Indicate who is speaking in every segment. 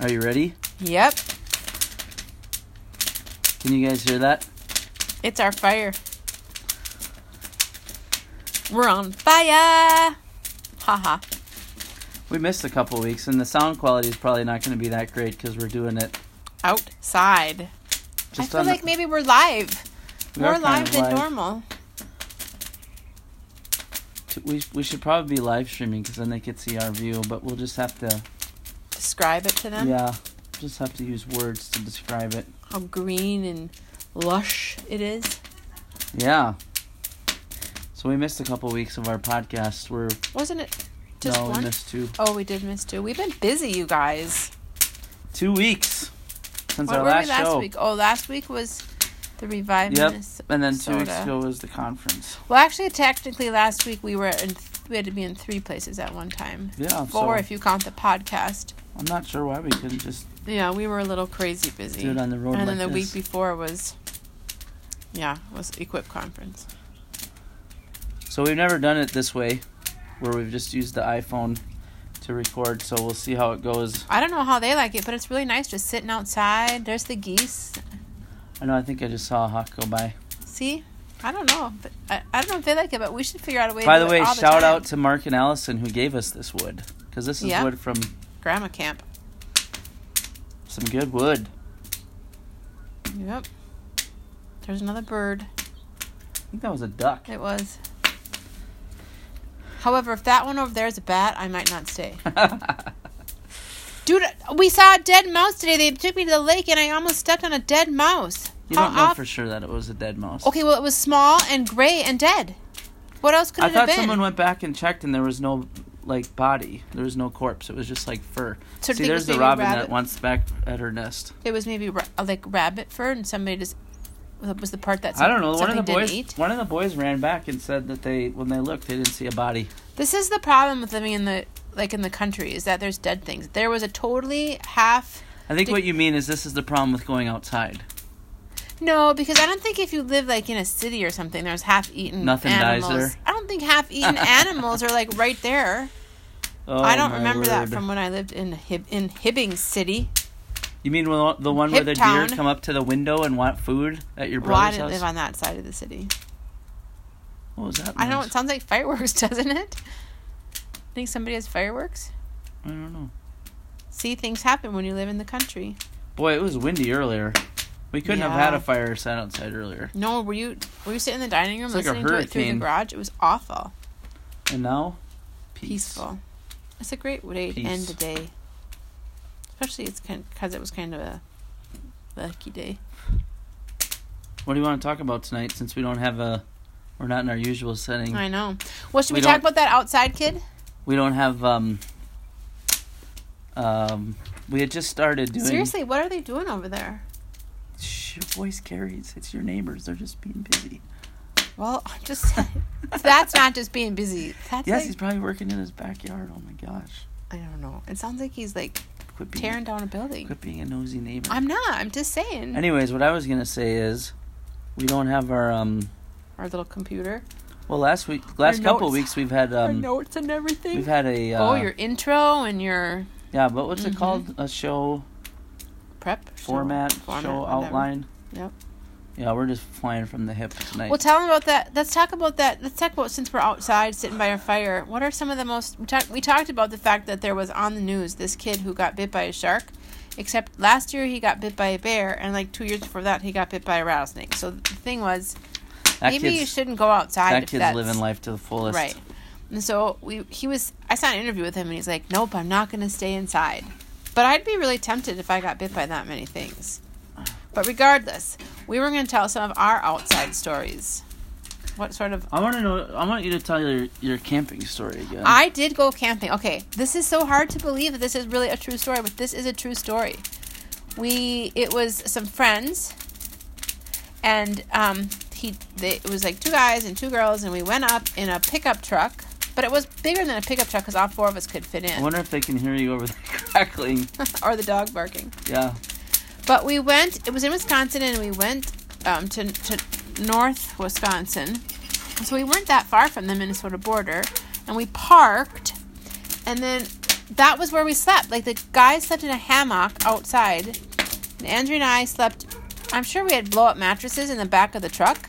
Speaker 1: Are you ready?
Speaker 2: Yep.
Speaker 1: Can you guys hear that?
Speaker 2: It's our fire. We're on fire. Haha.
Speaker 1: We missed a couple weeks, and the sound quality is probably not going to be that great because we're doing it
Speaker 2: Outside.
Speaker 1: just
Speaker 2: I
Speaker 1: on
Speaker 2: feel like maybe we're live.
Speaker 1: the, we are
Speaker 2: More
Speaker 1: kind
Speaker 2: live
Speaker 1: of
Speaker 2: than normal.
Speaker 1: T- We, we should probably be live streaming because then they could see our view, but we'll just have to,
Speaker 2: Describe it to them.
Speaker 1: yeah, just have to use words to describe it.
Speaker 2: How green and lush it is.
Speaker 1: Yeah. So we missed a couple weeks of our podcast. We're
Speaker 2: Wasn't it just
Speaker 1: no, we
Speaker 2: one?
Speaker 1: missed two
Speaker 2: Oh, we did miss two. We've been busy, you guys.
Speaker 1: two weeks since
Speaker 2: What
Speaker 1: our
Speaker 2: were
Speaker 1: last,
Speaker 2: we last
Speaker 1: show.
Speaker 2: week? Oh, last week was the revive.
Speaker 1: Yep.
Speaker 2: Minnes-
Speaker 1: And then two weeks
Speaker 2: Soda.
Speaker 1: ago was the conference.
Speaker 2: Well, actually, technically, last week we were in. we had to be in three places at one time.
Speaker 1: Yeah.
Speaker 2: Four,
Speaker 1: so
Speaker 2: if you count the podcast.
Speaker 1: I'm not sure why we couldn't just
Speaker 2: Yeah, we were a little crazy busy.
Speaker 1: do it on the road.
Speaker 2: and then
Speaker 1: like
Speaker 2: the
Speaker 1: this.
Speaker 2: week before was, yeah, was Equip conference.
Speaker 1: So we've never done it this way, where we've just used the iPhone to record. So we'll see how it goes.
Speaker 2: I don't know how they like it, but it's really nice just sitting outside. There's the geese.
Speaker 1: I know. I think I just saw a hawk go by.
Speaker 2: See, I don't know, but I, I don't know if they like it, but we should figure out a way.
Speaker 1: By
Speaker 2: to
Speaker 1: the
Speaker 2: do
Speaker 1: way,
Speaker 2: it all
Speaker 1: shout
Speaker 2: time.
Speaker 1: out to Mark and Allison who gave us this wood, because this is
Speaker 2: Yeah.
Speaker 1: wood from
Speaker 2: Grandma Camp.
Speaker 1: some good wood.
Speaker 2: Yep. There's another bird.
Speaker 1: I think that was a duck.
Speaker 2: It was. However, if that one over there is a bat, I might not stay. Dude, we saw a dead mouse today. They took me to the lake and I almost stepped on a dead mouse.
Speaker 1: you
Speaker 2: How
Speaker 1: don't know
Speaker 2: off-
Speaker 1: for sure that it was a dead mouse.
Speaker 2: Okay, well, it was small and gray and dead. What else could
Speaker 1: I
Speaker 2: it have
Speaker 1: thought
Speaker 2: been?
Speaker 1: someone went back and checked, and there was no like body. There was no corpse. It was just like fur.
Speaker 2: So do
Speaker 1: See,
Speaker 2: you think it
Speaker 1: there's
Speaker 2: was
Speaker 1: the
Speaker 2: maybe
Speaker 1: robin
Speaker 2: rabbit?
Speaker 1: that wants back at her nest.
Speaker 2: It was maybe ra- like rabbit fur and somebody just. Was the part that
Speaker 1: I don't know. One of
Speaker 2: something
Speaker 1: the
Speaker 2: didn't
Speaker 1: boys,
Speaker 2: eat?
Speaker 1: one of the boys ran back and said that they, when they looked, they didn't see a body.
Speaker 2: This is the problem with living in the like in the country is that there's dead things. There was a totally half
Speaker 1: I think
Speaker 2: Did-
Speaker 1: what you mean is this is the problem with going outside.
Speaker 2: No, because I don't think if you live like in a city or something, there's half eaten
Speaker 1: Nothing dies
Speaker 2: animals.
Speaker 1: there.
Speaker 2: I don't think half eaten animals are like right there.
Speaker 1: Oh,
Speaker 2: I don't
Speaker 1: my
Speaker 2: remember that
Speaker 1: word.
Speaker 2: from when I lived in Hib- in Hibbing City.
Speaker 1: You mean when- the one where the
Speaker 2: Hip
Speaker 1: deer
Speaker 2: Town.
Speaker 1: come up to the window and want food at your
Speaker 2: Well, I
Speaker 1: brother's
Speaker 2: didn't
Speaker 1: house?
Speaker 2: live on that side of the city.
Speaker 1: what was that?
Speaker 2: I know
Speaker 1: noise?
Speaker 2: it sounds like fireworks, doesn't it? Think somebody has fireworks?
Speaker 1: I don't know.
Speaker 2: See, things happen when you live in the country.
Speaker 1: Boy, it was windy earlier. We couldn't have
Speaker 2: Yeah.
Speaker 1: had a fire set outside earlier.
Speaker 2: No, were you were you sitting in the dining room
Speaker 1: It's like a
Speaker 2: listening to it through the
Speaker 1: hurricane.
Speaker 2: garage? It was awful,
Speaker 1: And now, peace.
Speaker 2: peaceful. It's a great way to end
Speaker 1: Peace.
Speaker 2: the day, especially it's kind because it was kind of a lucky day.
Speaker 1: What do you want to talk about tonight? Since we don't have a, we're not in our usual setting.
Speaker 2: I know. Well, should
Speaker 1: Mm. We
Speaker 2: we, talk
Speaker 1: don't-
Speaker 2: about that outside kid?
Speaker 1: We don't have um. Um, we had just started doing.
Speaker 2: Seriously, what are they doing over there?
Speaker 1: Shh, your voice carries. It's your neighbors. They're just being busy.
Speaker 2: Well, I'm just that's not just being busy. That's
Speaker 1: Yes,
Speaker 2: like,
Speaker 1: he's probably working in his backyard. Oh my gosh.
Speaker 2: I don't know. It sounds like he's like
Speaker 1: Quit being,
Speaker 2: tearing down a building.
Speaker 1: quit being a nosy neighbor.
Speaker 2: I'm not. I'm just saying.
Speaker 1: Anyways, what I was gonna say is, we don't have our um.
Speaker 2: Our little computer,
Speaker 1: Well, last week, last couple
Speaker 2: notes.
Speaker 1: weeks, we've had
Speaker 2: our
Speaker 1: um,
Speaker 2: notes and everything.
Speaker 1: we've had a. Uh,
Speaker 2: oh, your intro and your
Speaker 1: Yeah, but what's
Speaker 2: Mhm.
Speaker 1: it called? A show
Speaker 2: prep show-
Speaker 1: format, show
Speaker 2: whatever.
Speaker 1: outline.
Speaker 2: Yep.
Speaker 1: Yeah, we're just flying from the hip tonight.
Speaker 2: Well, tell them about that. Let's talk about that. Let's talk about since we're outside sitting by our fire. What are some of the most we talked? We talked about the fact that there was on the news this kid who got bit by a shark. Except last year he got bit by a bear, and like two years before that he got bit by a rattlesnake. So the thing was,
Speaker 1: that
Speaker 2: maybe you
Speaker 1: kid's-
Speaker 2: shouldn't go outside.
Speaker 1: That
Speaker 2: if
Speaker 1: kid's
Speaker 2: that's,
Speaker 1: living life to the fullest.
Speaker 2: Right. And so we he was I saw an interview with him and he's like, Nope, I'm not gonna stay inside. But I'd be really tempted if I got bit by that many things. But regardless, we were gonna tell some of our outside stories. What sort of
Speaker 1: I want to know. I want you to tell your your camping story again.
Speaker 2: I did go camping. Okay, this is so hard to believe that this is really a true story, but this is a true story. We it was some friends, and um, he they, it was like two guys and two girls, and we went up in a pickup truck, but it was bigger than a pickup truck because all four of us could fit
Speaker 1: I
Speaker 2: in,
Speaker 1: wonder if they can hear you over the crackling.
Speaker 2: or the dog barking.
Speaker 1: Yeah.
Speaker 2: But we went. It was in Wisconsin, and we went um, to to North Wisconsin. So we weren't that far from the Minnesota border, and we parked, and then that was where we slept. Like the guy slept in a hammock outside, and Andrew and I slept. I'm sure we had blow up mattresses in the back of the truck.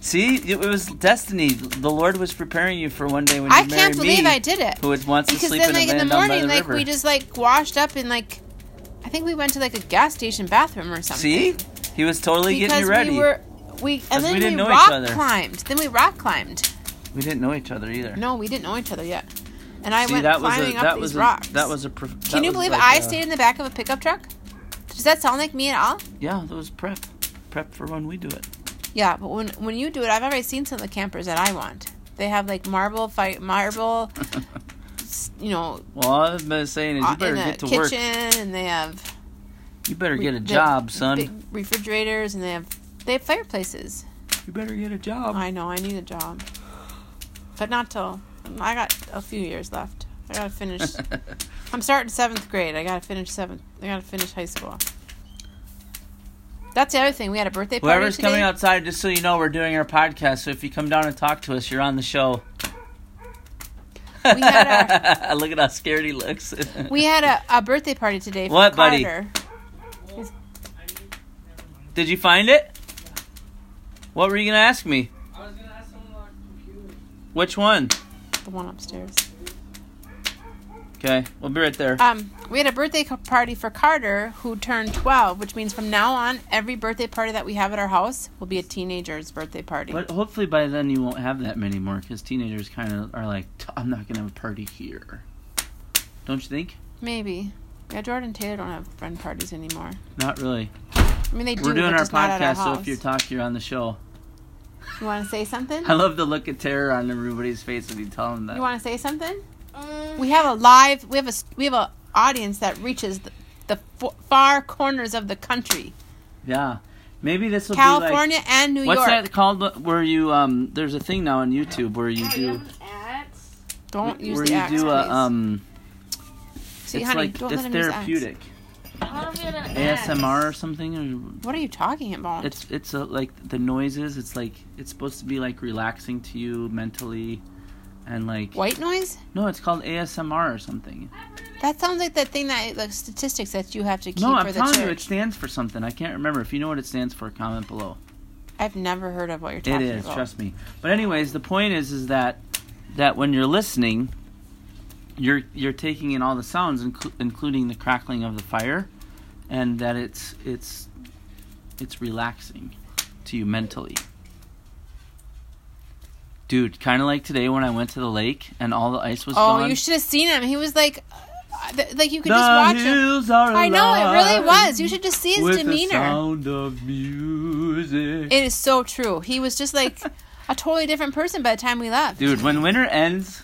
Speaker 1: See, it was destiny. The Lord was preparing you for one day when you
Speaker 2: I
Speaker 1: marry
Speaker 2: can't believe
Speaker 1: me,
Speaker 2: I did it
Speaker 1: who would wants to
Speaker 2: because
Speaker 1: sleep
Speaker 2: then,
Speaker 1: in a
Speaker 2: like
Speaker 1: van
Speaker 2: in the
Speaker 1: down by
Speaker 2: morning,
Speaker 1: the
Speaker 2: like
Speaker 1: river.
Speaker 2: we just like washed up and like I think we went to like a gas station bathroom or something.
Speaker 1: See, he was totally getting
Speaker 2: because
Speaker 1: you ready.
Speaker 2: we were we and then
Speaker 1: we
Speaker 2: we,
Speaker 1: didn't know each
Speaker 2: rock
Speaker 1: other.
Speaker 2: climbed. Then we rock climbed.
Speaker 1: We didn't know each other either.
Speaker 2: No, we didn't know each other yet. And I
Speaker 1: See,
Speaker 2: went
Speaker 1: that was
Speaker 2: climbing
Speaker 1: a,
Speaker 2: up
Speaker 1: that
Speaker 2: these
Speaker 1: was
Speaker 2: rocks.
Speaker 1: A, that was a. Prof-
Speaker 2: Can
Speaker 1: that
Speaker 2: you
Speaker 1: was
Speaker 2: believe
Speaker 1: like
Speaker 2: I
Speaker 1: a-
Speaker 2: stayed in the back of a pickup truck? Does that sound like me at all?
Speaker 1: Yeah, that was prep. Prep for when we do it.
Speaker 2: Yeah, but when when you do it, I've already seen some of the campers that I want. They have like marble fight marble, s- you know,
Speaker 1: Well, all I've been saying is
Speaker 2: uh,
Speaker 1: you better
Speaker 2: in the
Speaker 1: get to
Speaker 2: kitchen,
Speaker 1: work.
Speaker 2: and they have
Speaker 1: You better
Speaker 2: re-
Speaker 1: get a
Speaker 2: they have
Speaker 1: job, son.
Speaker 2: big refrigerators, and they have they have fireplaces.
Speaker 1: You better get a job.
Speaker 2: I know I need a job, but not till I got a few years left. I gotta finish. I'm starting seventh grade. I gotta finish seventh. I gotta finish high school. That's the other thing. We had a birthday party.
Speaker 1: Whoever's
Speaker 2: today.
Speaker 1: coming outside, just so you know, we're doing our podcast. So if you come down and talk to us, you're on the show.
Speaker 2: We had
Speaker 1: Look at how scared he looks.
Speaker 2: We had a, a birthday party today. For
Speaker 1: What, buddy?
Speaker 2: Carter.
Speaker 1: Did you find it? What were you gonna ask me?
Speaker 3: I was gonna ask someone on computer.
Speaker 1: Which one?
Speaker 2: The one upstairs.
Speaker 1: Okay, we'll be right there.
Speaker 2: Um, we had a birthday ca- party for Carter, who turned 12, which means from now on, every birthday party that we have at our house will be a teenager's birthday party.
Speaker 1: But hopefully by then you won't have that many more, because teenagers kind of are like, "T- I'm not gonna have a party here. Don't you think?
Speaker 2: Maybe. Yeah, Jordan Taylor don't have friend parties anymore.
Speaker 1: Not really.
Speaker 2: I mean, they do.
Speaker 1: We're doing
Speaker 2: but
Speaker 1: our
Speaker 2: just not at
Speaker 1: podcast,
Speaker 2: our
Speaker 1: so if you're
Speaker 2: house.
Speaker 1: talking, you're on the show.
Speaker 2: you want to say something?
Speaker 1: I love the look of terror on everybody's face when you tell them that.
Speaker 2: You want to say something? We have a live. We have a s- we have a audience that reaches the, the f- far corners of the country,
Speaker 1: yeah, maybe this will be like.
Speaker 2: California and New
Speaker 1: What's
Speaker 2: York.
Speaker 1: that called? Where you um? There's a thing now on YouTube where you do
Speaker 2: Don't use
Speaker 1: where
Speaker 2: the
Speaker 1: you
Speaker 2: axe,
Speaker 1: do a
Speaker 2: please.
Speaker 1: um.
Speaker 2: See,
Speaker 1: it's
Speaker 2: honey,
Speaker 1: like
Speaker 2: don't
Speaker 1: it's
Speaker 2: let him use axe.
Speaker 1: therapeutic.
Speaker 3: I want to get an
Speaker 1: ASMR or something.
Speaker 2: What are you talking
Speaker 1: Or
Speaker 2: about?
Speaker 1: it's it's a, like the noises. It's like it's supposed to be like relaxing to you mentally, and like
Speaker 2: White noise?
Speaker 1: no, it's called ASMR or something.
Speaker 2: That sounds like that thing that like statistics that you have to keep
Speaker 1: no,
Speaker 2: for
Speaker 1: I'm
Speaker 2: the
Speaker 1: telling
Speaker 2: church.
Speaker 1: you, it stands for something. I can't remember. If you know what it stands for, comment below.
Speaker 2: I've never heard of what you're
Speaker 1: It
Speaker 2: talking
Speaker 1: is,
Speaker 2: about.
Speaker 1: trust me. But anyways, the point is, is that that when you're listening, you're you're taking in all the sounds, inclu- including the crackling of the fire, and that it's it's it's relaxing to you mentally. Dude, kind of like today when I went to the lake and all the ice was
Speaker 2: oh,
Speaker 1: gone.
Speaker 2: you should have seen him. He was like, uh, th- like you
Speaker 1: the
Speaker 2: could just watch him.
Speaker 1: hills are
Speaker 2: I know it really
Speaker 1: alive
Speaker 2: was. You should just see his
Speaker 1: with the
Speaker 2: demeanor.
Speaker 1: sound of music.
Speaker 2: It is so true. He was just like a totally different person by the time we left.
Speaker 1: Dude, when winter ends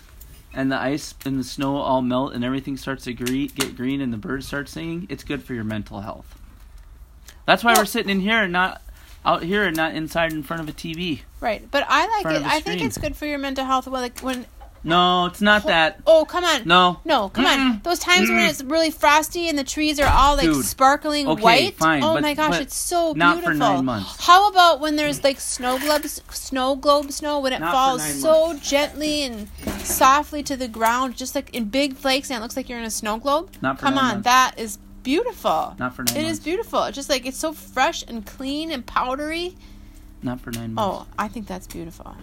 Speaker 1: and the ice and the snow all melt and everything starts to gre- get green and the birds start singing, it's good for your mental health. That's why
Speaker 2: Well-
Speaker 1: we're sitting in here and not out here and not inside in front of a TV.
Speaker 2: Right, but I like
Speaker 1: Front
Speaker 2: it.
Speaker 1: of a
Speaker 2: I think
Speaker 1: screen.
Speaker 2: it's good for your mental health. Well, like when
Speaker 1: No, it's not that.
Speaker 2: oh come on,
Speaker 1: No.
Speaker 2: No, come on.
Speaker 1: Mm-mm.
Speaker 2: Those times when
Speaker 1: Mm-mm.
Speaker 2: it's really frosty and the trees are all like
Speaker 1: Dude.
Speaker 2: sparkling
Speaker 1: Okay,
Speaker 2: white.
Speaker 1: fine,
Speaker 2: oh
Speaker 1: but-
Speaker 2: my gosh,
Speaker 1: but
Speaker 2: it's so
Speaker 1: not for
Speaker 2: beautiful.
Speaker 1: nine months.
Speaker 2: How about when there's like snow globes, snow globe snow when it
Speaker 1: Not for
Speaker 2: falls
Speaker 1: nine
Speaker 2: so gently and softly to the ground, just like in big flakes, and it looks like you're in a snow globe?
Speaker 1: Not for
Speaker 2: come
Speaker 1: nine
Speaker 2: on,
Speaker 1: months.
Speaker 2: that is beautiful.
Speaker 1: Not for nine
Speaker 2: It is
Speaker 1: months.
Speaker 2: beautiful. It's just like it's so fresh and clean and powdery.
Speaker 1: Not for nine months.
Speaker 2: Oh, I think that's beautiful.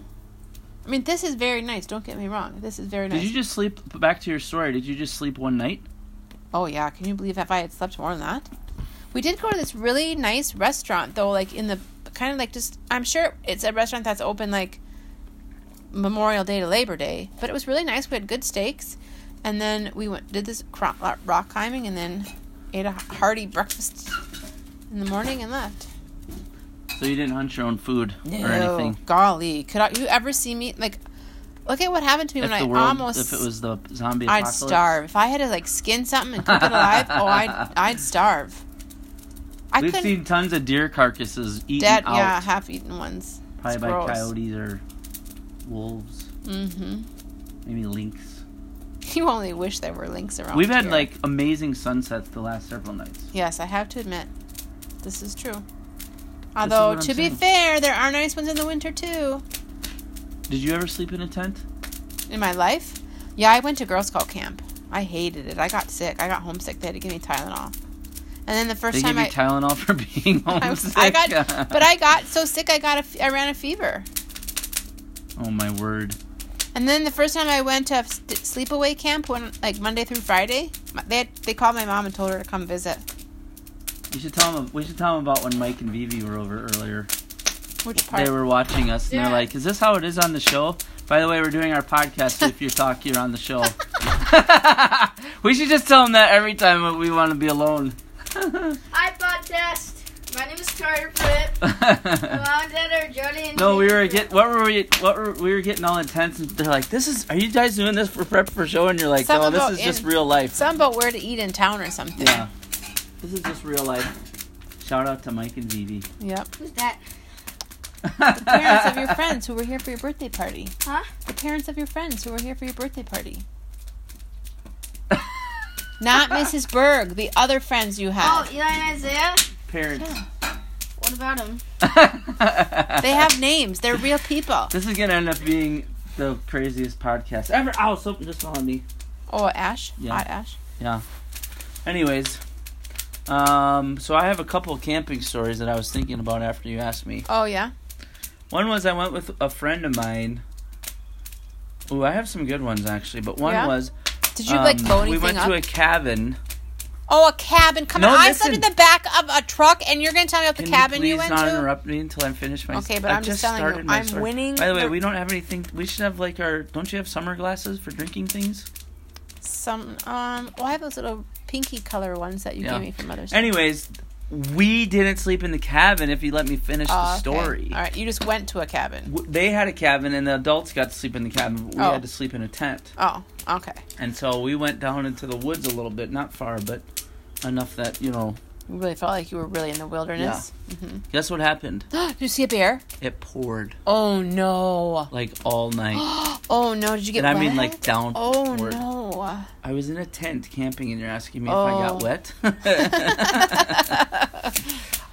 Speaker 2: I mean, this is very nice. Don't get me wrong. This is very nice.
Speaker 1: Did you just sleep? Back to your story. Did you just sleep one night?
Speaker 2: Oh yeah, can you believe if I had slept more than that? We did go to this really nice restaurant though, like in the kind of like just I'm sure it's a restaurant that's open like Memorial Day to Labor Day, but it was really nice. We had good steaks, and then we went did this cro- lo- rock climbing, and then ate a hearty breakfast in the morning and left.
Speaker 1: So you didn't hunt your own food or anything.
Speaker 2: golly, could I, you ever see me like? Look at what happened to me
Speaker 1: If
Speaker 2: when I
Speaker 1: the world,
Speaker 2: almost
Speaker 1: if it was the zombie
Speaker 2: I'd
Speaker 1: apocalypse,
Speaker 2: starve. If I had to like skin something and cook it alive, oh, I'd I'd starve. I
Speaker 1: We've
Speaker 2: couldn't.
Speaker 1: seen tons of deer carcasses eaten
Speaker 2: dead,
Speaker 1: out,
Speaker 2: yeah, half-eaten ones.
Speaker 1: probably by
Speaker 2: gross.
Speaker 1: coyotes or wolves,
Speaker 2: Mm-hmm.
Speaker 1: maybe lynx.
Speaker 2: You only wish there were links around.
Speaker 1: We've had
Speaker 2: here.
Speaker 1: like amazing sunsets the last several nights.
Speaker 2: Yes, I have to admit, this is true. Although
Speaker 1: what I'm
Speaker 2: to be
Speaker 1: saying.
Speaker 2: fair, there are nice ones in the winter too.
Speaker 1: Did you ever sleep in a tent?
Speaker 2: In my life, yeah, I went to Girl Scout camp. I hated it. I got sick. I got homesick. They had to give me Tylenol. And then the first
Speaker 1: They give
Speaker 2: time
Speaker 1: you
Speaker 2: I,
Speaker 1: Tylenol for being
Speaker 2: I,
Speaker 1: homesick.
Speaker 2: I got, but I got so sick I got a f I ran a fever.
Speaker 1: Oh my word!
Speaker 2: And then the first time I went to st- sleepaway camp, when like Monday through Friday, my- they had, they called my mom and told her to come visit.
Speaker 1: You should tell them. We should tell them about when Mike and Vivi were over earlier.
Speaker 2: Which part?
Speaker 1: They were watching us, and
Speaker 3: Yeah.
Speaker 1: they're like, "Is this how it is on the show?" By the way, we're doing our podcast. if you talk, you're on the show. we should just tell them that every time when we want to be alone.
Speaker 4: Hi, podcast. My name is Carter Fripp. My mom and dad are Jody and
Speaker 1: Uh. no, we
Speaker 4: Jake
Speaker 1: were
Speaker 4: Fripp.
Speaker 1: get what were we what were we were getting all intense, and they're like, "This is are you guys doing this for prep for show?" And you're like,
Speaker 2: Something
Speaker 1: "No, this
Speaker 2: about
Speaker 1: is just
Speaker 2: in-
Speaker 1: real life."
Speaker 2: Something about where to eat in town or something.
Speaker 1: Yeah, this is just real life. Shout out to Mike and Vivi.
Speaker 2: Yep.
Speaker 4: Who's that?
Speaker 2: Parents of your friends who were here for your birthday party.
Speaker 4: Huh?
Speaker 2: The parents of your friends who were here for your birthday party. Not Mrs. Berg, the other friends you
Speaker 4: Oh,
Speaker 2: had.
Speaker 4: Eli and Isaiah.
Speaker 1: Parents.
Speaker 4: What about him?
Speaker 2: They have names. They're real people.
Speaker 1: This is gonna end up being the craziest podcast ever. Ow, something just fell on me.
Speaker 2: Oh, Ash.
Speaker 1: Yeah.
Speaker 2: Hot Ash.
Speaker 1: Anyways, um, so I have a couple camping stories that I was thinking about after you asked me.
Speaker 2: Oh yeah.
Speaker 1: One was I went with a friend of mine. Ooh, I have some good ones actually, but one
Speaker 2: Yeah?
Speaker 1: was
Speaker 2: Did you like
Speaker 1: um,
Speaker 2: blow
Speaker 1: we
Speaker 2: anything
Speaker 1: went
Speaker 2: up?
Speaker 1: to a cabin.
Speaker 2: oh, a cabin. Come
Speaker 1: No,
Speaker 2: on. I slept in
Speaker 1: listen.
Speaker 2: the back of a truck, and you're gonna tell me about
Speaker 1: Can
Speaker 2: the cabin
Speaker 1: you
Speaker 2: you,
Speaker 1: please
Speaker 2: went
Speaker 1: not
Speaker 2: to?
Speaker 1: interrupt me until I finish my.
Speaker 2: Okay, but
Speaker 1: I
Speaker 2: I'm just telling you,
Speaker 1: started my
Speaker 2: I'm
Speaker 1: story.
Speaker 2: winning
Speaker 1: By the way,
Speaker 2: the-
Speaker 1: we don't have anything. We should have like our. Don't you have summer glasses for drinking things?
Speaker 2: Some um. Well, I have those little pinky color ones that you
Speaker 1: Yeah.
Speaker 2: gave me from Mother's. Day.
Speaker 1: Anyways, we didn't sleep in the cabin. If you let me finish
Speaker 2: Oh,
Speaker 1: the
Speaker 2: okay.
Speaker 1: story.
Speaker 2: All right, you just went to a cabin.
Speaker 1: W- They had a cabin, and the adults got to sleep in the cabin. But we
Speaker 2: Oh.
Speaker 1: had to sleep in a tent,
Speaker 2: Oh, okay.
Speaker 1: and so we went down into the woods a little bit, not far, but enough that you know.
Speaker 2: You really felt like you were really in the wilderness.
Speaker 1: Guess what happened?
Speaker 2: Did you see a bear?
Speaker 1: It poured
Speaker 2: Oh no!
Speaker 1: like all night,
Speaker 2: Oh no! Did you get?
Speaker 1: and I mean
Speaker 2: wet?
Speaker 1: like downward.
Speaker 2: Oh no!
Speaker 1: I was in a tent camping, and you're asking me if I
Speaker 2: Oh.
Speaker 1: got wet.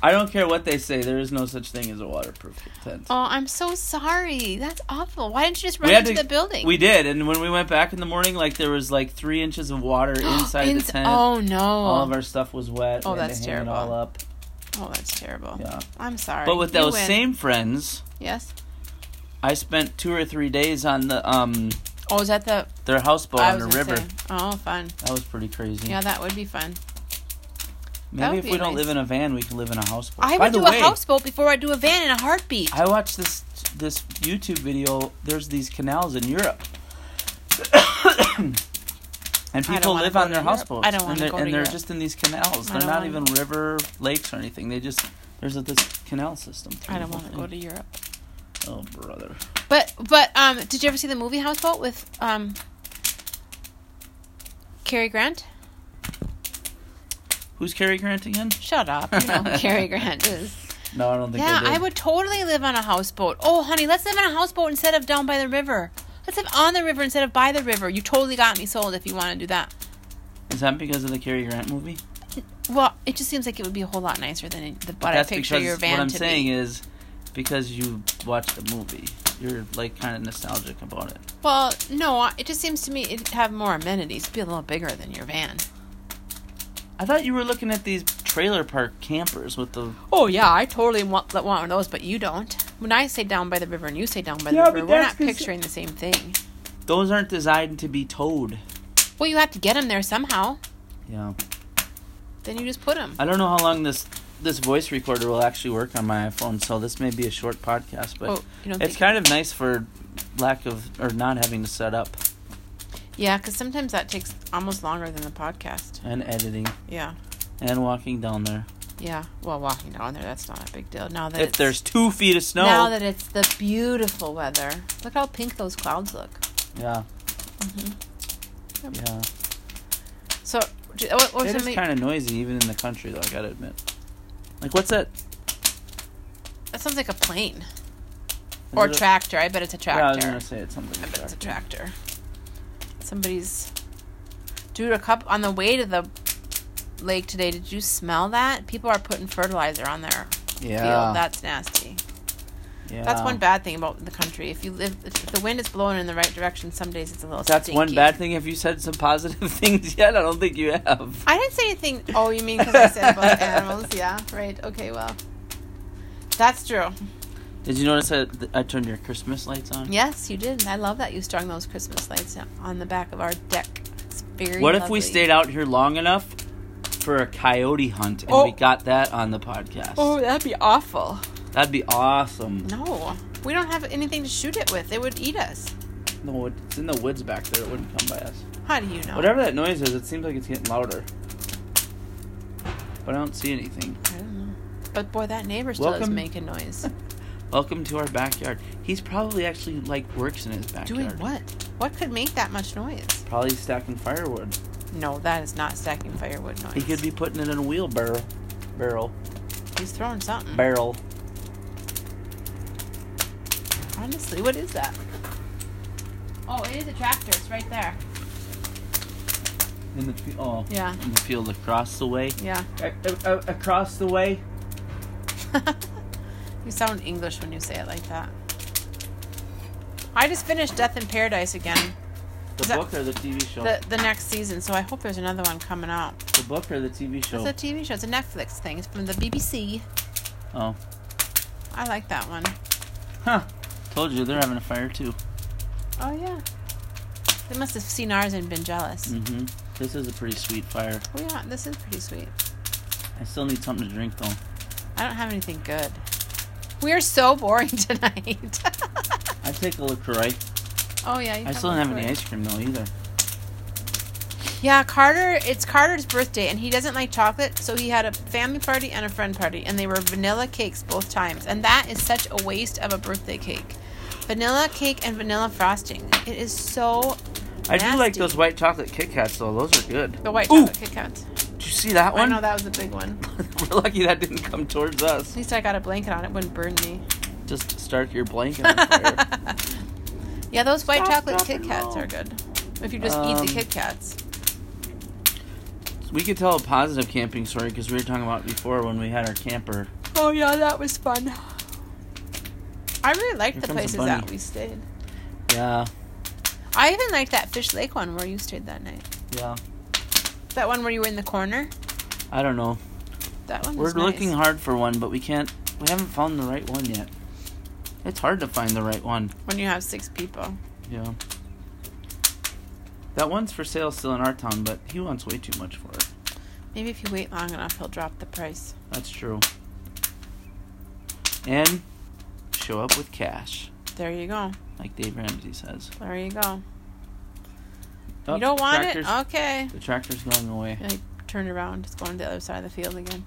Speaker 1: I don't care what they say. There is no such thing as a waterproof tent.
Speaker 2: oh, I'm so sorry. That's awful. Why didn't you just run
Speaker 1: We had
Speaker 2: into
Speaker 1: to-
Speaker 2: the building?
Speaker 1: We did, and when we went back in the morning, like there was like three inches of water inside
Speaker 2: Ins-
Speaker 1: the tent.
Speaker 2: Oh no!
Speaker 1: All of our stuff was wet.
Speaker 2: Oh,
Speaker 1: We had
Speaker 2: that's
Speaker 1: to hang
Speaker 2: terrible.
Speaker 1: It all up.
Speaker 2: oh, that's terrible.
Speaker 1: Yeah.
Speaker 2: I'm sorry.
Speaker 1: But with
Speaker 2: You
Speaker 1: those
Speaker 2: win.
Speaker 1: same friends,
Speaker 2: Yes.
Speaker 1: I spent two or three days on the um
Speaker 2: Oh, is that the?
Speaker 1: their houseboat
Speaker 2: I
Speaker 1: on
Speaker 2: was
Speaker 1: the
Speaker 2: gonna
Speaker 1: river.
Speaker 2: say. Oh, fun.
Speaker 1: That was pretty crazy.
Speaker 2: Yeah, that would be fun. that
Speaker 1: Maybe
Speaker 2: would
Speaker 1: if
Speaker 2: be
Speaker 1: we don't
Speaker 2: nice.
Speaker 1: live in a van, we can live in a houseboat.
Speaker 2: I
Speaker 1: By
Speaker 2: would
Speaker 1: the
Speaker 2: do a
Speaker 1: way,
Speaker 2: houseboat before I do a van in a heartbeat.
Speaker 1: I watched this this YouTube video. There's these canals in Europe. And
Speaker 2: don't
Speaker 1: people
Speaker 2: wanna
Speaker 1: live
Speaker 2: go
Speaker 1: on
Speaker 2: to
Speaker 1: their
Speaker 2: Europe.
Speaker 1: houseboats.
Speaker 2: I don't wanna
Speaker 1: and they're,
Speaker 2: go
Speaker 1: and
Speaker 2: to
Speaker 1: they're
Speaker 2: Europe.
Speaker 1: just in these canals.
Speaker 2: I
Speaker 1: They're
Speaker 2: don't
Speaker 1: not
Speaker 2: wanna-
Speaker 1: even river lakes or anything. They just there's a, this canal system. through
Speaker 2: I
Speaker 1: the
Speaker 2: don't
Speaker 1: whole
Speaker 2: want to go to
Speaker 1: thing.
Speaker 2: Europe.
Speaker 1: Oh brother.
Speaker 2: But but um, did you ever see the movie Houseboat with um, Cary Grant?
Speaker 1: Who's Cary Grant again?
Speaker 2: Shut up, you know who Cary Grant is.
Speaker 1: No, I don't think
Speaker 2: Yeah,
Speaker 1: I did.
Speaker 2: I would totally live on a houseboat. Oh, honey, let's live on a houseboat instead of down by the river. Let's live on the river instead of by the river. You totally got me sold if you want to do that.
Speaker 1: Is that because of the Cary Grant movie?
Speaker 2: Well, it just seems like it would be a whole lot nicer than the, what I
Speaker 1: That's
Speaker 2: picture
Speaker 1: because
Speaker 2: your van
Speaker 1: what I'm
Speaker 2: to
Speaker 1: saying
Speaker 2: be.
Speaker 1: is because you watched the movie, you're like kind of nostalgic about it.
Speaker 2: Well, no, I- it just seems to me it'd have more amenities, be a little bigger than your van.
Speaker 1: I thought you were looking at these trailer park campers with the
Speaker 2: Oh yeah, I totally want, want one of those, but you don't. When I say down by the river and you say down by the
Speaker 1: Yeah,
Speaker 2: river,
Speaker 1: but
Speaker 2: we're
Speaker 1: that's
Speaker 2: not
Speaker 1: 'cause-
Speaker 2: picturing the same thing.
Speaker 1: those aren't designed to be towed.
Speaker 2: Well, you have to get them there somehow.
Speaker 1: Yeah,
Speaker 2: Then you just put them.
Speaker 1: I don't know how long this this voice recorder will actually work on my iPhone, so this may be a short podcast, but
Speaker 2: Oh, you don't
Speaker 1: it's
Speaker 2: think-
Speaker 1: kind of nice for lack of or not having to set up
Speaker 2: Yeah, because sometimes that takes almost longer than the podcast.
Speaker 1: and editing
Speaker 2: Yeah,
Speaker 1: and walking down there.
Speaker 2: yeah. Well, walking down there, that's not a big deal. Now that
Speaker 1: If
Speaker 2: it's,
Speaker 1: there's two feet of snow,
Speaker 2: now that it's the beautiful weather, look how pink those clouds look.
Speaker 1: yeah, Mm-hmm.
Speaker 2: Yep.
Speaker 1: yeah.
Speaker 2: So, j- what, what was
Speaker 1: It is
Speaker 2: somebody-
Speaker 1: kind of noisy, even in the country, though. I gotta admit. Like, what's that? Is
Speaker 2: that sounds like a plane or
Speaker 1: it a-
Speaker 2: tractor. I bet it's a
Speaker 1: Yeah, I was
Speaker 2: tractor.
Speaker 1: gonna say it's something.
Speaker 2: I bet it's a
Speaker 1: Like that.
Speaker 2: tractor. Somebody's dude. A cup on the way to the lake today. Did you smell that? People are putting fertilizer on their
Speaker 1: Yeah,
Speaker 2: field. That's nasty.
Speaker 1: Yeah.
Speaker 2: That's one bad thing about the country. If you live, if the wind is blowing in the right direction, some days it's a little.
Speaker 1: That's one
Speaker 2: stinky.
Speaker 1: bad thing. Have you said some positive things yet? I don't think you have.
Speaker 2: I didn't say anything. Oh, you mean because I said about the animals? Yeah, right. Okay, well, that's true.
Speaker 1: Did you notice I, I turned your Christmas lights on?
Speaker 2: Yes, you did. I love that you strung those Christmas lights on the back of our deck. It's very.
Speaker 1: What if we
Speaker 2: lovely.
Speaker 1: stayed out here long enough for a coyote hunt and
Speaker 2: Oh.
Speaker 1: we got that on the podcast?
Speaker 2: Oh, that'd be awful.
Speaker 1: That'd be awesome.
Speaker 2: No, we don't have anything to shoot it with. It would eat us.
Speaker 1: No, it's in the woods back there. It wouldn't come by us.
Speaker 2: How do you know?
Speaker 1: Whatever that noise is, it seems like it's getting louder. But I don't see anything.
Speaker 2: I don't know. But boy, that neighbor still is
Speaker 1: Welcome.
Speaker 2: making noise.
Speaker 1: Welcome to our backyard. He's probably actually like works in his backyard.
Speaker 2: Doing what? What could make that much noise?
Speaker 1: Probably stacking firewood.
Speaker 2: No, that is not stacking firewood noise.
Speaker 1: He could be putting it in a wheelbarrow. Barrel.
Speaker 2: He's throwing something.
Speaker 1: Barrel.
Speaker 2: Honestly, what is that? Oh, it is a tractor. It's right there.
Speaker 1: In the fe- oh.
Speaker 2: Yeah,
Speaker 1: In the field across the way.
Speaker 2: yeah.
Speaker 1: A- a- a- across the way.
Speaker 2: you sound English when you say it like that. I just finished Death in Paradise again,
Speaker 1: The
Speaker 2: Is that-
Speaker 1: book or the TV show?
Speaker 2: the the next season. So I hope there's another one coming out.
Speaker 1: the book or the TV show?
Speaker 2: It's a TV show. It's a Netflix thing. It's from the BBC.
Speaker 1: oh.
Speaker 2: I like that one.
Speaker 1: Huh. Told you they're having a fire too.
Speaker 2: Oh yeah. They must have seen ours and been jealous.
Speaker 1: Mm-hmm. This is a pretty sweet fire.
Speaker 2: Oh yeah, this is pretty sweet.
Speaker 1: I still need something to drink though.
Speaker 2: I don't have anything good. We are so boring tonight.
Speaker 1: I take a LaCroix.
Speaker 2: oh yeah, you
Speaker 1: I
Speaker 2: have
Speaker 1: still don't have
Speaker 2: one
Speaker 1: any
Speaker 2: for it.
Speaker 1: ice cream though either.
Speaker 2: Yeah, Carter. It's Carter's birthday, and he doesn't like chocolate, so he had a family party and a friend party, and they were vanilla cakes both times. And that is such a waste of a birthday cake. Vanilla cake and vanilla frosting. It is so.
Speaker 1: I do like
Speaker 2: Nasty.
Speaker 1: those white chocolate Kit Kats though. Those are good.
Speaker 2: The white
Speaker 1: Ooh,
Speaker 2: chocolate Kit Kats.
Speaker 1: did you see that
Speaker 2: I
Speaker 1: one?
Speaker 2: know that was a big one.
Speaker 1: We're lucky that didn't come towards
Speaker 2: At
Speaker 1: us.
Speaker 2: least I got a blanket on it; wouldn't burn me.
Speaker 1: Just start your blanket on fire.
Speaker 2: yeah, those white
Speaker 1: Stop,
Speaker 2: chocolate
Speaker 1: drop,
Speaker 2: Kit
Speaker 1: and
Speaker 2: Kats
Speaker 1: roll.
Speaker 2: are good. If you just eat
Speaker 1: Um,
Speaker 2: the Kit Kats.
Speaker 1: we could tell a positive camping story because we were talking about before when we had our camper.
Speaker 2: Oh yeah, that was fun. I really liked
Speaker 1: Here
Speaker 2: the
Speaker 1: comes a
Speaker 2: places
Speaker 1: bunny.
Speaker 2: that we stayed.
Speaker 1: Yeah,
Speaker 2: I even liked that Fish Lake one where you stayed that night.
Speaker 1: yeah.
Speaker 2: That one where you were in the corner.
Speaker 1: I don't know.
Speaker 2: That one.
Speaker 1: We're
Speaker 2: was
Speaker 1: looking
Speaker 2: Nice.
Speaker 1: hard for one, but we can't. We haven't found the right one yet. It's hard to find the right one.
Speaker 2: When you have six people.
Speaker 1: Yeah. That one's for sale still in our town, but he wants way too much for it.
Speaker 2: Maybe if you wait long enough, he'll drop the price.
Speaker 1: That's true. And show up with cash,
Speaker 2: There you go.
Speaker 1: like Dave Ramsey says.
Speaker 2: There you go.
Speaker 1: Oh,
Speaker 2: you don't want
Speaker 1: tractor's-
Speaker 2: it? Oh. Okay.
Speaker 1: The tractor's going away.
Speaker 2: I turned around. It's going to the other side of the field again.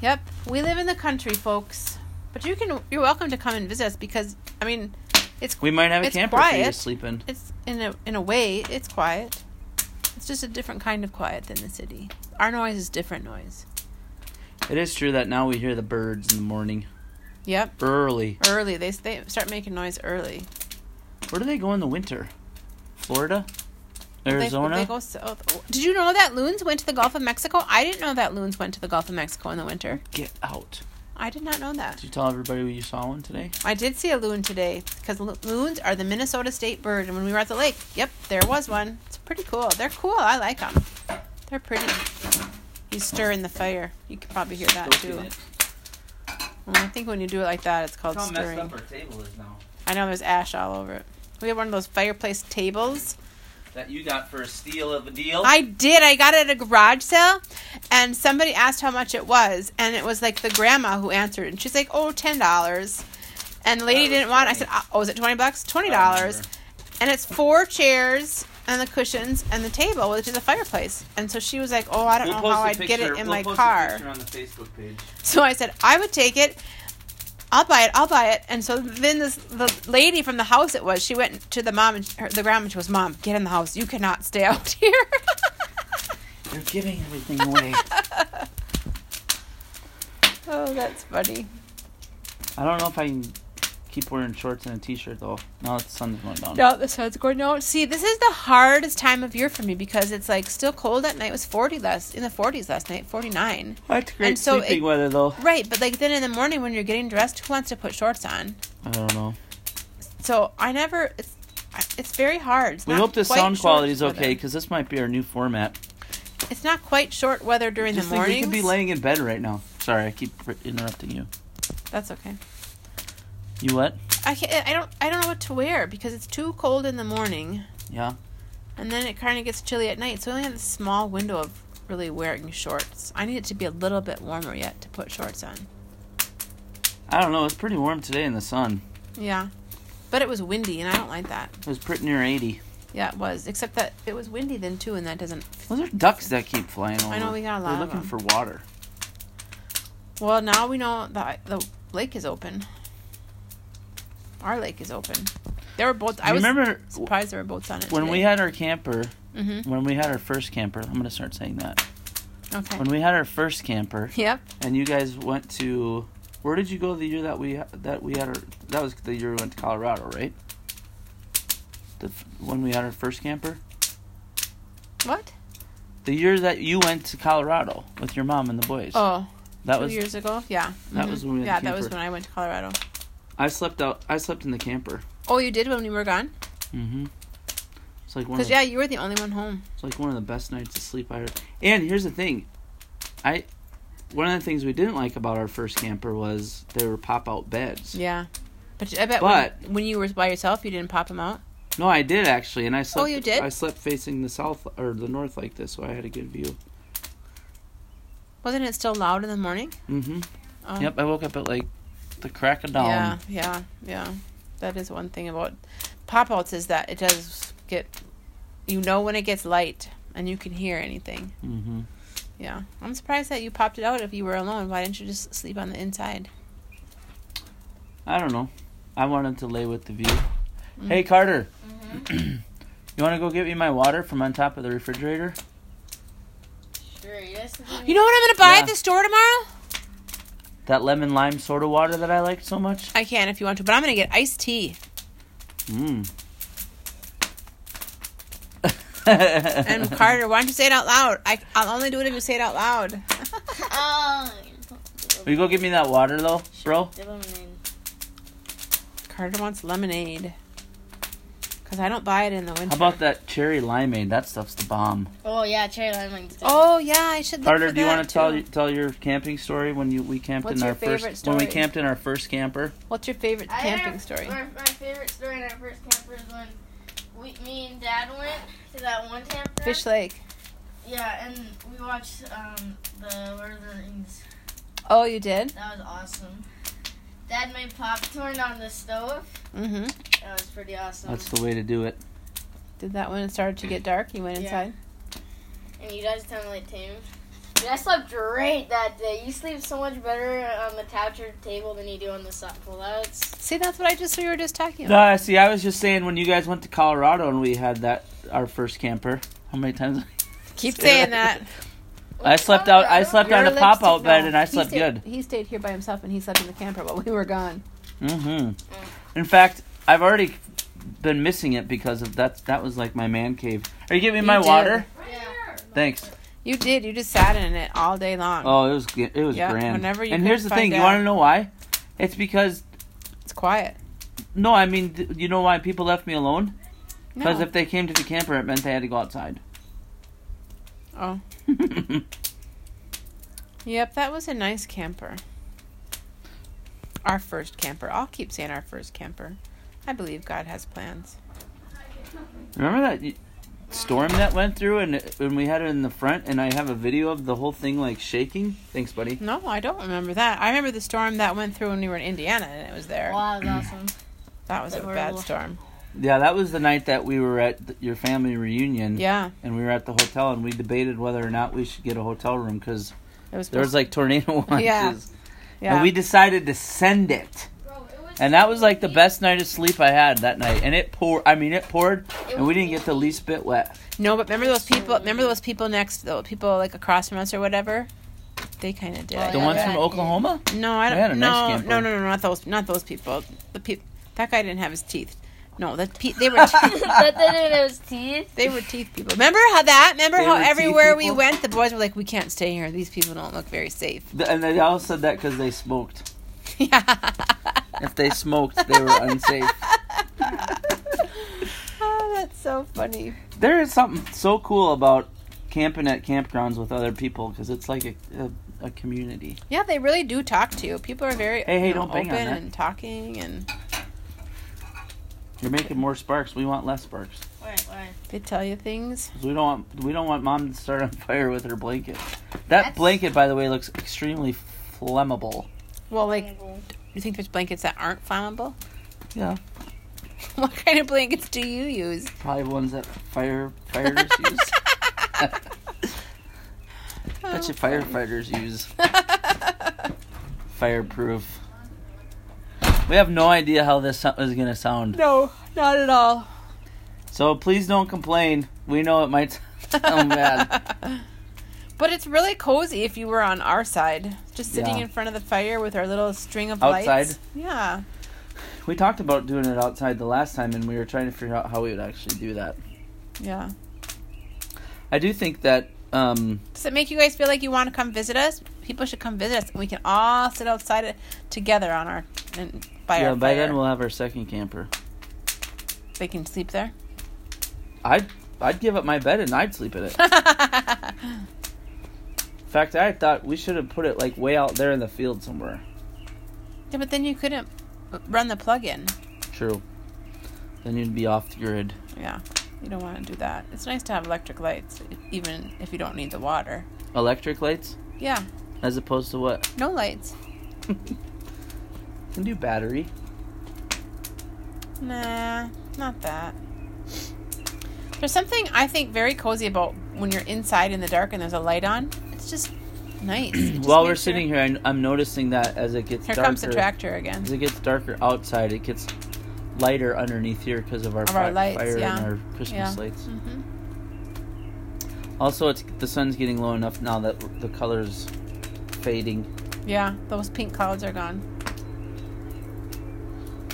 Speaker 2: Yep. We live in the country, folks. But you can. You're welcome to come and visit us because I mean, it's
Speaker 1: We might have a
Speaker 2: It's
Speaker 1: camper for you to
Speaker 2: quiet.
Speaker 1: sleep in.
Speaker 2: It's in a in a way, it's quiet. It's just a different kind of quiet than the city. Our noise is different noise.
Speaker 1: It is true that now we hear the birds in the morning
Speaker 2: Yep.
Speaker 1: early.
Speaker 2: Early. They they start making noise early.
Speaker 1: Where do they go in the winter? Florida,
Speaker 2: They-
Speaker 1: Arizona.
Speaker 2: They, go south. Oh, Did you know that loons went to the Gulf of Mexico? I didn't know that loons went to the Gulf of Mexico in the winter.
Speaker 1: Get out!
Speaker 2: I did not know that.
Speaker 1: Did you tell everybody you saw one today?
Speaker 2: I did see a loon today because lo- loons are the Minnesota state bird, and when we were at the lake, yep, there was one. It's pretty cool. They're cool. I like them. They're pretty. He's stirring the fire. You can probably hear that too. Well, I think when you do it like that, it's called stirring.
Speaker 1: our table is now.
Speaker 2: I know there's ash all over it. We have one of those fireplace tables.
Speaker 1: That you got for a steal of a deal.
Speaker 2: I did. I got it at a garage sale, and somebody asked how much it was, and it was like the grandma who answered, and she's like, "Oh, ten dollars." And the lady
Speaker 1: That was
Speaker 2: didn't want. it. I
Speaker 1: 20.
Speaker 2: said, "Oh, is it twenty bucks? Twenty
Speaker 1: I
Speaker 2: dollars."
Speaker 1: remember.
Speaker 2: And it's four chairs and the cushions and the table, which is a fireplace. And so she was like, "Oh, I don't know how I'd get it in my car."
Speaker 1: on the Facebook page.
Speaker 2: So I said, I would take it. I'll buy it. I'll buy it. And so then this the lady from the house it was. She went to the mom and her, the grandma. And she goes, "Mom, get in the house. You cannot stay out here."
Speaker 1: You're giving everything away.
Speaker 2: oh, that's funny.
Speaker 1: I don't know if I can keep wearing shorts and a t-shirt though. Now that the sun's going down.
Speaker 2: No, the sun's going down. See, this is the hardest time of year for me because it's like still cold at night. It was forty last in the forties last night, forty nine.
Speaker 1: I liked great
Speaker 2: And so
Speaker 1: sleeping
Speaker 2: it-
Speaker 1: weather though.
Speaker 2: Right, but like then in the morning when you're getting dressed, who wants to put shorts on?
Speaker 1: I don't know.
Speaker 2: So I never. It's, it's very hard. It's
Speaker 1: We
Speaker 2: not
Speaker 1: hope the
Speaker 2: quite
Speaker 1: sound
Speaker 2: short
Speaker 1: quality is
Speaker 2: weather.
Speaker 1: okay because this might be our new format.
Speaker 2: It's not quite short weather during
Speaker 1: Just
Speaker 2: the
Speaker 1: think
Speaker 2: morning.
Speaker 1: we could be laying in bed right now. Sorry, I keep r- interrupting you.
Speaker 2: That's okay.
Speaker 1: You what?
Speaker 2: I can't, I don't I don't know what to wear because it's too cold in the morning
Speaker 1: Yeah.
Speaker 2: and then it kind of gets chilly at night. So I only have this small window of really wearing shorts. I need it to be a little bit warmer yet to put shorts on.
Speaker 1: I don't know. It's pretty warm today in the sun.
Speaker 2: Yeah. But it was windy and I don't like that.
Speaker 1: It was pretty near 80.
Speaker 2: Yeah, it was. Except that it was windy then too and that doesn't
Speaker 1: Those are ducks that keep flying over.
Speaker 2: I know, we got a lot
Speaker 1: They're
Speaker 2: of
Speaker 1: looking
Speaker 2: them.
Speaker 1: for water.
Speaker 2: Well, now we know the the lake is open. Our lake is open. They were both I
Speaker 1: You
Speaker 2: was
Speaker 1: remember
Speaker 2: surprised there were boats on it.
Speaker 1: when we had our camper,
Speaker 2: hmm
Speaker 1: when we had our first camper, I'm going to start saying that.
Speaker 2: Okay.
Speaker 1: When we had our first camper
Speaker 2: Yep.
Speaker 1: and you guys went to where did you go the year that we that we had our that was the year we went to Colorado, right? The f- when we had our first camper?
Speaker 2: What?
Speaker 1: The year that you went to Colorado with your mom and the boys.
Speaker 2: Oh.
Speaker 1: that
Speaker 2: two
Speaker 1: was
Speaker 2: years ago. Yeah,
Speaker 1: that
Speaker 2: Mhm.
Speaker 1: was when we had
Speaker 2: yeah,
Speaker 1: the
Speaker 2: that was
Speaker 1: camper.
Speaker 2: when I went to Colorado.
Speaker 1: I slept out I slept in the camper.
Speaker 2: Oh, you did when we were gone?
Speaker 1: Mhm. It's like one of
Speaker 2: Because
Speaker 1: the
Speaker 2: yeah, you were the only one home.
Speaker 1: It's like one of the best nights of sleep I heard. And here's the thing, I one of the things we didn't like about our first camper was they were pop out beds.
Speaker 2: Yeah, but I bet
Speaker 1: But-
Speaker 2: when, when you were by yourself, you didn't pop them out.
Speaker 1: No, I did actually, and I slept.
Speaker 2: Oh, you did?
Speaker 1: I slept facing the south or the north like this, so I had a good view.
Speaker 2: Wasn't it still loud in the morning?
Speaker 1: Mm-hmm.
Speaker 2: Oh.
Speaker 1: Yep, I woke up at like the crack of dawn.
Speaker 2: Yeah, yeah, yeah. That is one thing about pop outs is that it does get, you know, when it gets light and you can hear anything.
Speaker 1: Mm-hmm.
Speaker 2: Yeah, I'm surprised that you popped it out if you were alone. Why didn't you just sleep on the inside?
Speaker 1: I don't know. I wanted to lay with the view.
Speaker 2: Mm.
Speaker 1: Hey Carter,
Speaker 3: Mm-hmm.
Speaker 1: you want to go get me my water from on top of the refrigerator?
Speaker 4: Sure, yes.
Speaker 2: You know what I'm gonna buy
Speaker 1: Yeah.
Speaker 2: at the store tomorrow?
Speaker 1: That lemon lime soda water that I liked so much.
Speaker 2: I can if you want to, but I'm gonna get iced tea.
Speaker 1: Mm.
Speaker 2: And Carter, why don't you say it out loud? I, I'll only do it if you say it out loud.
Speaker 4: Oh,
Speaker 1: Will you go get me that water though, bro?
Speaker 4: the lemonade.
Speaker 2: Carter wants lemonade. Because I don't buy it in the winter.
Speaker 1: How about that cherry limeade? That stuff's the bomb.
Speaker 4: Oh, yeah, cherry lemonade.
Speaker 2: Oh, yeah, I should look
Speaker 1: Carter,
Speaker 2: for
Speaker 1: do you want
Speaker 2: that,
Speaker 1: to tell
Speaker 2: too.
Speaker 1: you, tell your camping story when you we camped
Speaker 2: What's
Speaker 1: in
Speaker 2: your
Speaker 1: our first
Speaker 2: favorite
Speaker 1: when we
Speaker 2: story?
Speaker 1: camped in our first camper?
Speaker 2: What's your favorite
Speaker 4: I had
Speaker 2: camping
Speaker 4: our-
Speaker 2: story?
Speaker 4: Our, my favorite story in our first camper is when we, me and Dad went to that one camper.
Speaker 2: Fish Lake.
Speaker 4: Yeah, and we watched um, the Lord of the Rings.
Speaker 2: Oh, you did?
Speaker 4: That was awesome. Dad made popcorn on the stove.
Speaker 2: Mm-hmm.
Speaker 4: That was pretty awesome.
Speaker 1: That's the way to do it.
Speaker 2: Did that when it started to get dark? You went
Speaker 4: Yeah.
Speaker 2: inside?
Speaker 4: and you guys sound like Tim. Dude, I slept great that day. You sleep so much better um, on the couch or table than you do on the soft pullouts.
Speaker 2: See, that's what I just we were just talking
Speaker 1: No,
Speaker 2: about.
Speaker 1: I see, I was just saying when you guys went to Colorado and we had that our first camper. How many times?
Speaker 2: Keep
Speaker 1: Say
Speaker 2: saying
Speaker 1: that.
Speaker 2: that.
Speaker 1: I slept out. I slept on
Speaker 2: Your
Speaker 1: a pop out
Speaker 2: lipstick-
Speaker 1: bed
Speaker 2: no,
Speaker 1: and I
Speaker 2: he
Speaker 1: slept
Speaker 2: stayed-
Speaker 1: good.
Speaker 2: He stayed here by himself and he slept in the camper while we were gone.
Speaker 1: Mm-hmm.
Speaker 2: Mm.
Speaker 1: In fact, I've already been missing it because of that. That was like my man cave. Are you giving me
Speaker 2: You
Speaker 1: my
Speaker 2: did.
Speaker 1: water?
Speaker 4: Yeah.
Speaker 1: Thanks.
Speaker 2: You did. You just sat in it all day long.
Speaker 1: Oh, it was it was
Speaker 2: Yeah,
Speaker 1: grand.
Speaker 2: whenever you
Speaker 1: and
Speaker 2: could
Speaker 1: here's the thing,
Speaker 2: find
Speaker 1: you want to
Speaker 2: out.
Speaker 1: know why? It's because
Speaker 2: It's quiet.
Speaker 1: no, I mean, th- you know why people left me alone? Because
Speaker 2: No.
Speaker 1: if they came to the camper, it meant they had to go outside.
Speaker 2: Oh. Yep, that was a nice camper. Our first camper. I'll keep saying our first camper. I believe God has plans.
Speaker 1: Remember that y- storm that went through, and and we had it in the front, and I have a video of the whole thing like shaking. Thanks, buddy.
Speaker 2: No, I don't remember that. I remember the storm that went through when we were in Indiana and it was there.
Speaker 4: Wow, that was awesome.
Speaker 2: That was a bad
Speaker 4: Horrible.
Speaker 2: storm.
Speaker 1: Yeah, that was the night that we were at th- your family reunion.
Speaker 2: Yeah,
Speaker 1: And we were at the hotel, and we debated whether or not we should get a hotel room because
Speaker 2: it was.
Speaker 1: there was like tornado watches.
Speaker 2: Yeah. yeah.
Speaker 1: And we decided to send it. And that was like the best night of sleep I had that night. And it poured. I mean, it poured, and we didn't get the least bit wet.
Speaker 2: no, but remember those people? Remember those people next? Those people like across from us or whatever. They kind of did.
Speaker 4: Oh,
Speaker 1: The
Speaker 4: yeah,
Speaker 1: ones
Speaker 4: that-
Speaker 1: from Oklahoma?
Speaker 2: No, I
Speaker 1: They
Speaker 2: don't.
Speaker 1: had a
Speaker 2: no,
Speaker 1: nice camper.
Speaker 2: no, no, no, not those, not those people. The people that guy didn't have his teeth. No, that pe- they were teeth,
Speaker 4: that they didn't have his teeth.
Speaker 2: they were teeth people. Remember how that? Remember
Speaker 1: They
Speaker 2: how
Speaker 1: were teeth
Speaker 2: everywhere we
Speaker 1: people?
Speaker 2: went, the boys were like, "We can't stay here. These people don't look very safe."
Speaker 1: Th- And they all said that because they smoked.
Speaker 2: yeah.
Speaker 1: If they smoked, they were unsafe.
Speaker 2: oh, that's so funny.
Speaker 1: There is something so cool about camping at campgrounds with other people because it's like a, a, a community.
Speaker 2: Yeah, they really do talk to you. People are very
Speaker 1: Hey, hey,
Speaker 2: you know,
Speaker 1: don't bang
Speaker 2: open
Speaker 1: on that.
Speaker 2: and talking, and
Speaker 1: You're making more sparks. We want less sparks
Speaker 4: Right, right.
Speaker 2: they tell you things.
Speaker 1: 'Cause we don't want we don't want mom to start on fire with her blanket. That
Speaker 4: That's-
Speaker 1: blanket, by the way, looks extremely flammable.
Speaker 2: Well, like, you think there's blankets that aren't flammable?
Speaker 1: Yeah,
Speaker 2: what kind of blankets do you use?
Speaker 1: probably ones that fire firefighters use.
Speaker 2: Oh,
Speaker 1: Bet you firefighters use fireproof. We have no idea how this so- is gonna sound.
Speaker 2: no, not at all.
Speaker 1: So please don't complain. We know it might sound bad.
Speaker 2: But it's really cozy if you were on our side, just sitting
Speaker 1: Yeah.
Speaker 2: in front of the fire with our little string of
Speaker 1: Outside?
Speaker 2: lights. Yeah.
Speaker 1: We talked about doing it outside the last time, and we were trying to figure out how we would actually do that.
Speaker 2: Yeah.
Speaker 1: I do think that um,
Speaker 2: Does it make you guys feel like you want to come visit us? People should come visit us, and we can all sit outside it together on our and by
Speaker 1: yeah,
Speaker 2: our
Speaker 1: by
Speaker 2: fire.
Speaker 1: then we'll have our second camper.
Speaker 2: they can sleep there.
Speaker 1: I'd I'd give up my bed and I'd sleep in it.
Speaker 2: yeah,
Speaker 1: In fact, I thought we should have put it like way out there in the field somewhere.
Speaker 2: but then you couldn't run the plug-in.
Speaker 1: True. Then you'd be off the grid.
Speaker 2: Yeah, you don't want to do that. It's nice to have electric lights, e-, even if you don't need the water.
Speaker 1: Electric lights,
Speaker 2: Yeah,
Speaker 1: as opposed to what?
Speaker 2: no lights.
Speaker 1: Can do battery.
Speaker 2: Nah, not that. There's something I think very cozy about when you're inside in the dark and there's a light on. It's just nice. It just
Speaker 1: While we're
Speaker 2: makes your-
Speaker 1: sitting here, I, I'm noticing that as it gets
Speaker 2: here
Speaker 1: darker,
Speaker 2: comes the tractor again.
Speaker 1: as it gets darker outside, it gets lighter underneath here because of our,
Speaker 2: Of our
Speaker 1: fi-
Speaker 2: lights,
Speaker 1: fire
Speaker 2: yeah.
Speaker 1: and our Christmas
Speaker 2: Yeah.
Speaker 1: lights.
Speaker 2: hmm
Speaker 1: Also, it's the sun's getting low enough now that the colors fading.
Speaker 2: Yeah, those pink clouds are gone.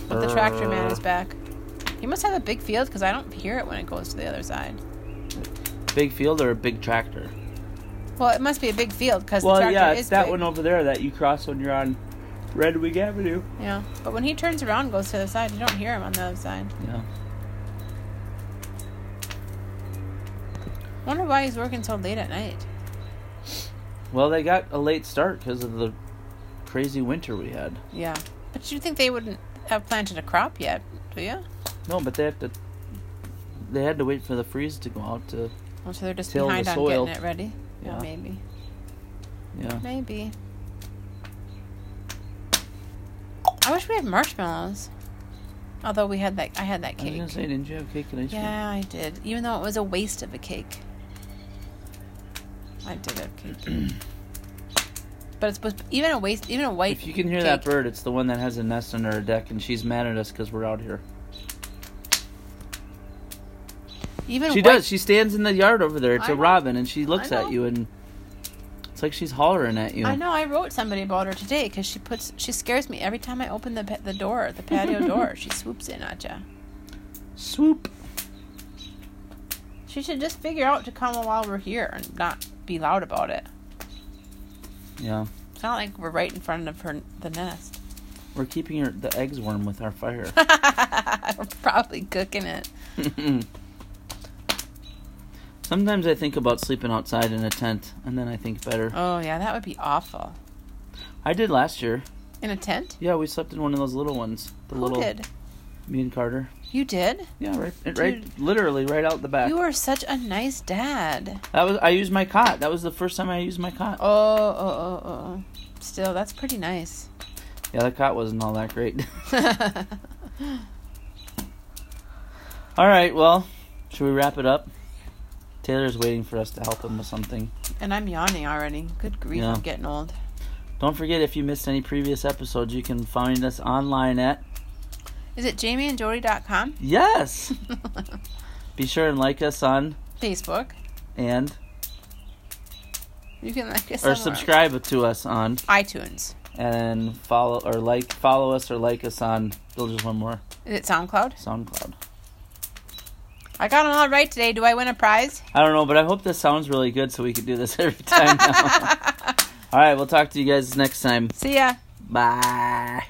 Speaker 2: But the tractor man is back. He must have a big field because I don't hear it when it goes to the other side.
Speaker 1: Big field or a big tractor?
Speaker 2: Well, it must be a big field because the
Speaker 1: Well,
Speaker 2: tractor
Speaker 1: yeah,
Speaker 2: is
Speaker 1: it's that
Speaker 2: big.
Speaker 1: one over there that you cross when you're on Red Wing Avenue.
Speaker 2: Yeah, but when he turns around and goes to the other side, you don't hear him on the other side.
Speaker 1: Yeah.
Speaker 2: Wonder why he's working so late at night.
Speaker 1: Well, they got a late start because of the crazy winter we had.
Speaker 2: Yeah, but you think they wouldn't have planted a crop yet, do you?
Speaker 1: No, but they have to. They had to wait for the freeze to go out to.
Speaker 2: Well, so they're just
Speaker 1: Till the
Speaker 2: behind on
Speaker 1: soil.
Speaker 2: getting it ready. Yeah,
Speaker 1: Yeah.
Speaker 2: maybe,
Speaker 1: Yeah.
Speaker 2: maybe. I wish we had marshmallows. Although we had that, I had that
Speaker 1: I was
Speaker 2: cake.
Speaker 1: gonna say, didn't you have cake and ice cream?
Speaker 2: Yeah, I did. Even though it was a waste of a cake. I did have cake. but it's supposed even a waste even a white
Speaker 1: If you can hear that
Speaker 2: cake-
Speaker 1: bird, it's the one that has a nest under her deck, and she's mad at us because we're out here.
Speaker 2: even
Speaker 1: She
Speaker 2: white,
Speaker 1: does. She stands in the yard over there. It's
Speaker 2: I
Speaker 1: a
Speaker 2: know.
Speaker 1: robin, and she looks
Speaker 2: I know.
Speaker 1: at you, and it's like she's hollering at you.
Speaker 2: I know. I wrote somebody about her today because she puts she scares me every time I open the pa- the door the patio door. She swoops in at ya.
Speaker 1: Swoop.
Speaker 2: She should just figure out to come while we're here and not be loud about it.
Speaker 1: Yeah.
Speaker 2: It's not like we're right in front of her the nest.
Speaker 1: We're keeping her, the eggs warm with our fire.
Speaker 2: we're probably cooking it.
Speaker 1: Sometimes I think about sleeping outside in a tent, and then I think better.
Speaker 2: Oh yeah, that would be awful.
Speaker 1: I did last year.
Speaker 2: In a tent?
Speaker 1: Yeah, we slept in one of those little ones. The
Speaker 2: Who
Speaker 1: little
Speaker 2: did?
Speaker 1: me and Carter.
Speaker 2: You did?
Speaker 1: Yeah, right, it- right, literally right out the back.
Speaker 2: You are such a nice dad.
Speaker 1: that was I used my cot. That was the first time I used my cot.
Speaker 2: Oh, oh, oh, oh. Still, that's pretty nice.
Speaker 1: Yeah, the cot wasn't all that great.
Speaker 2: yeah,
Speaker 1: all right, well, should we wrap it up? Taylor's waiting for us to help him with something.
Speaker 2: and I'm yawning already. Good grief,
Speaker 1: Yeah.
Speaker 2: I'm getting old.
Speaker 1: Don't forget if you missed any previous episodes, you can find us online at
Speaker 2: Is it jamieandjody.com?
Speaker 1: yes. Be sure and like us on
Speaker 2: Facebook,
Speaker 1: and
Speaker 2: You can like us
Speaker 1: or
Speaker 2: somewhere.
Speaker 1: subscribe to us on
Speaker 2: iTunes.
Speaker 1: and follow or like follow us or like us on Builders One More
Speaker 2: Is it SoundCloud?
Speaker 1: SoundCloud.
Speaker 2: I got it all right today. Do I win a prize?
Speaker 1: I don't know, but I hope this sounds really good so we can do this every time now. All right, we'll talk to you guys next time.
Speaker 2: See ya.
Speaker 1: Bye.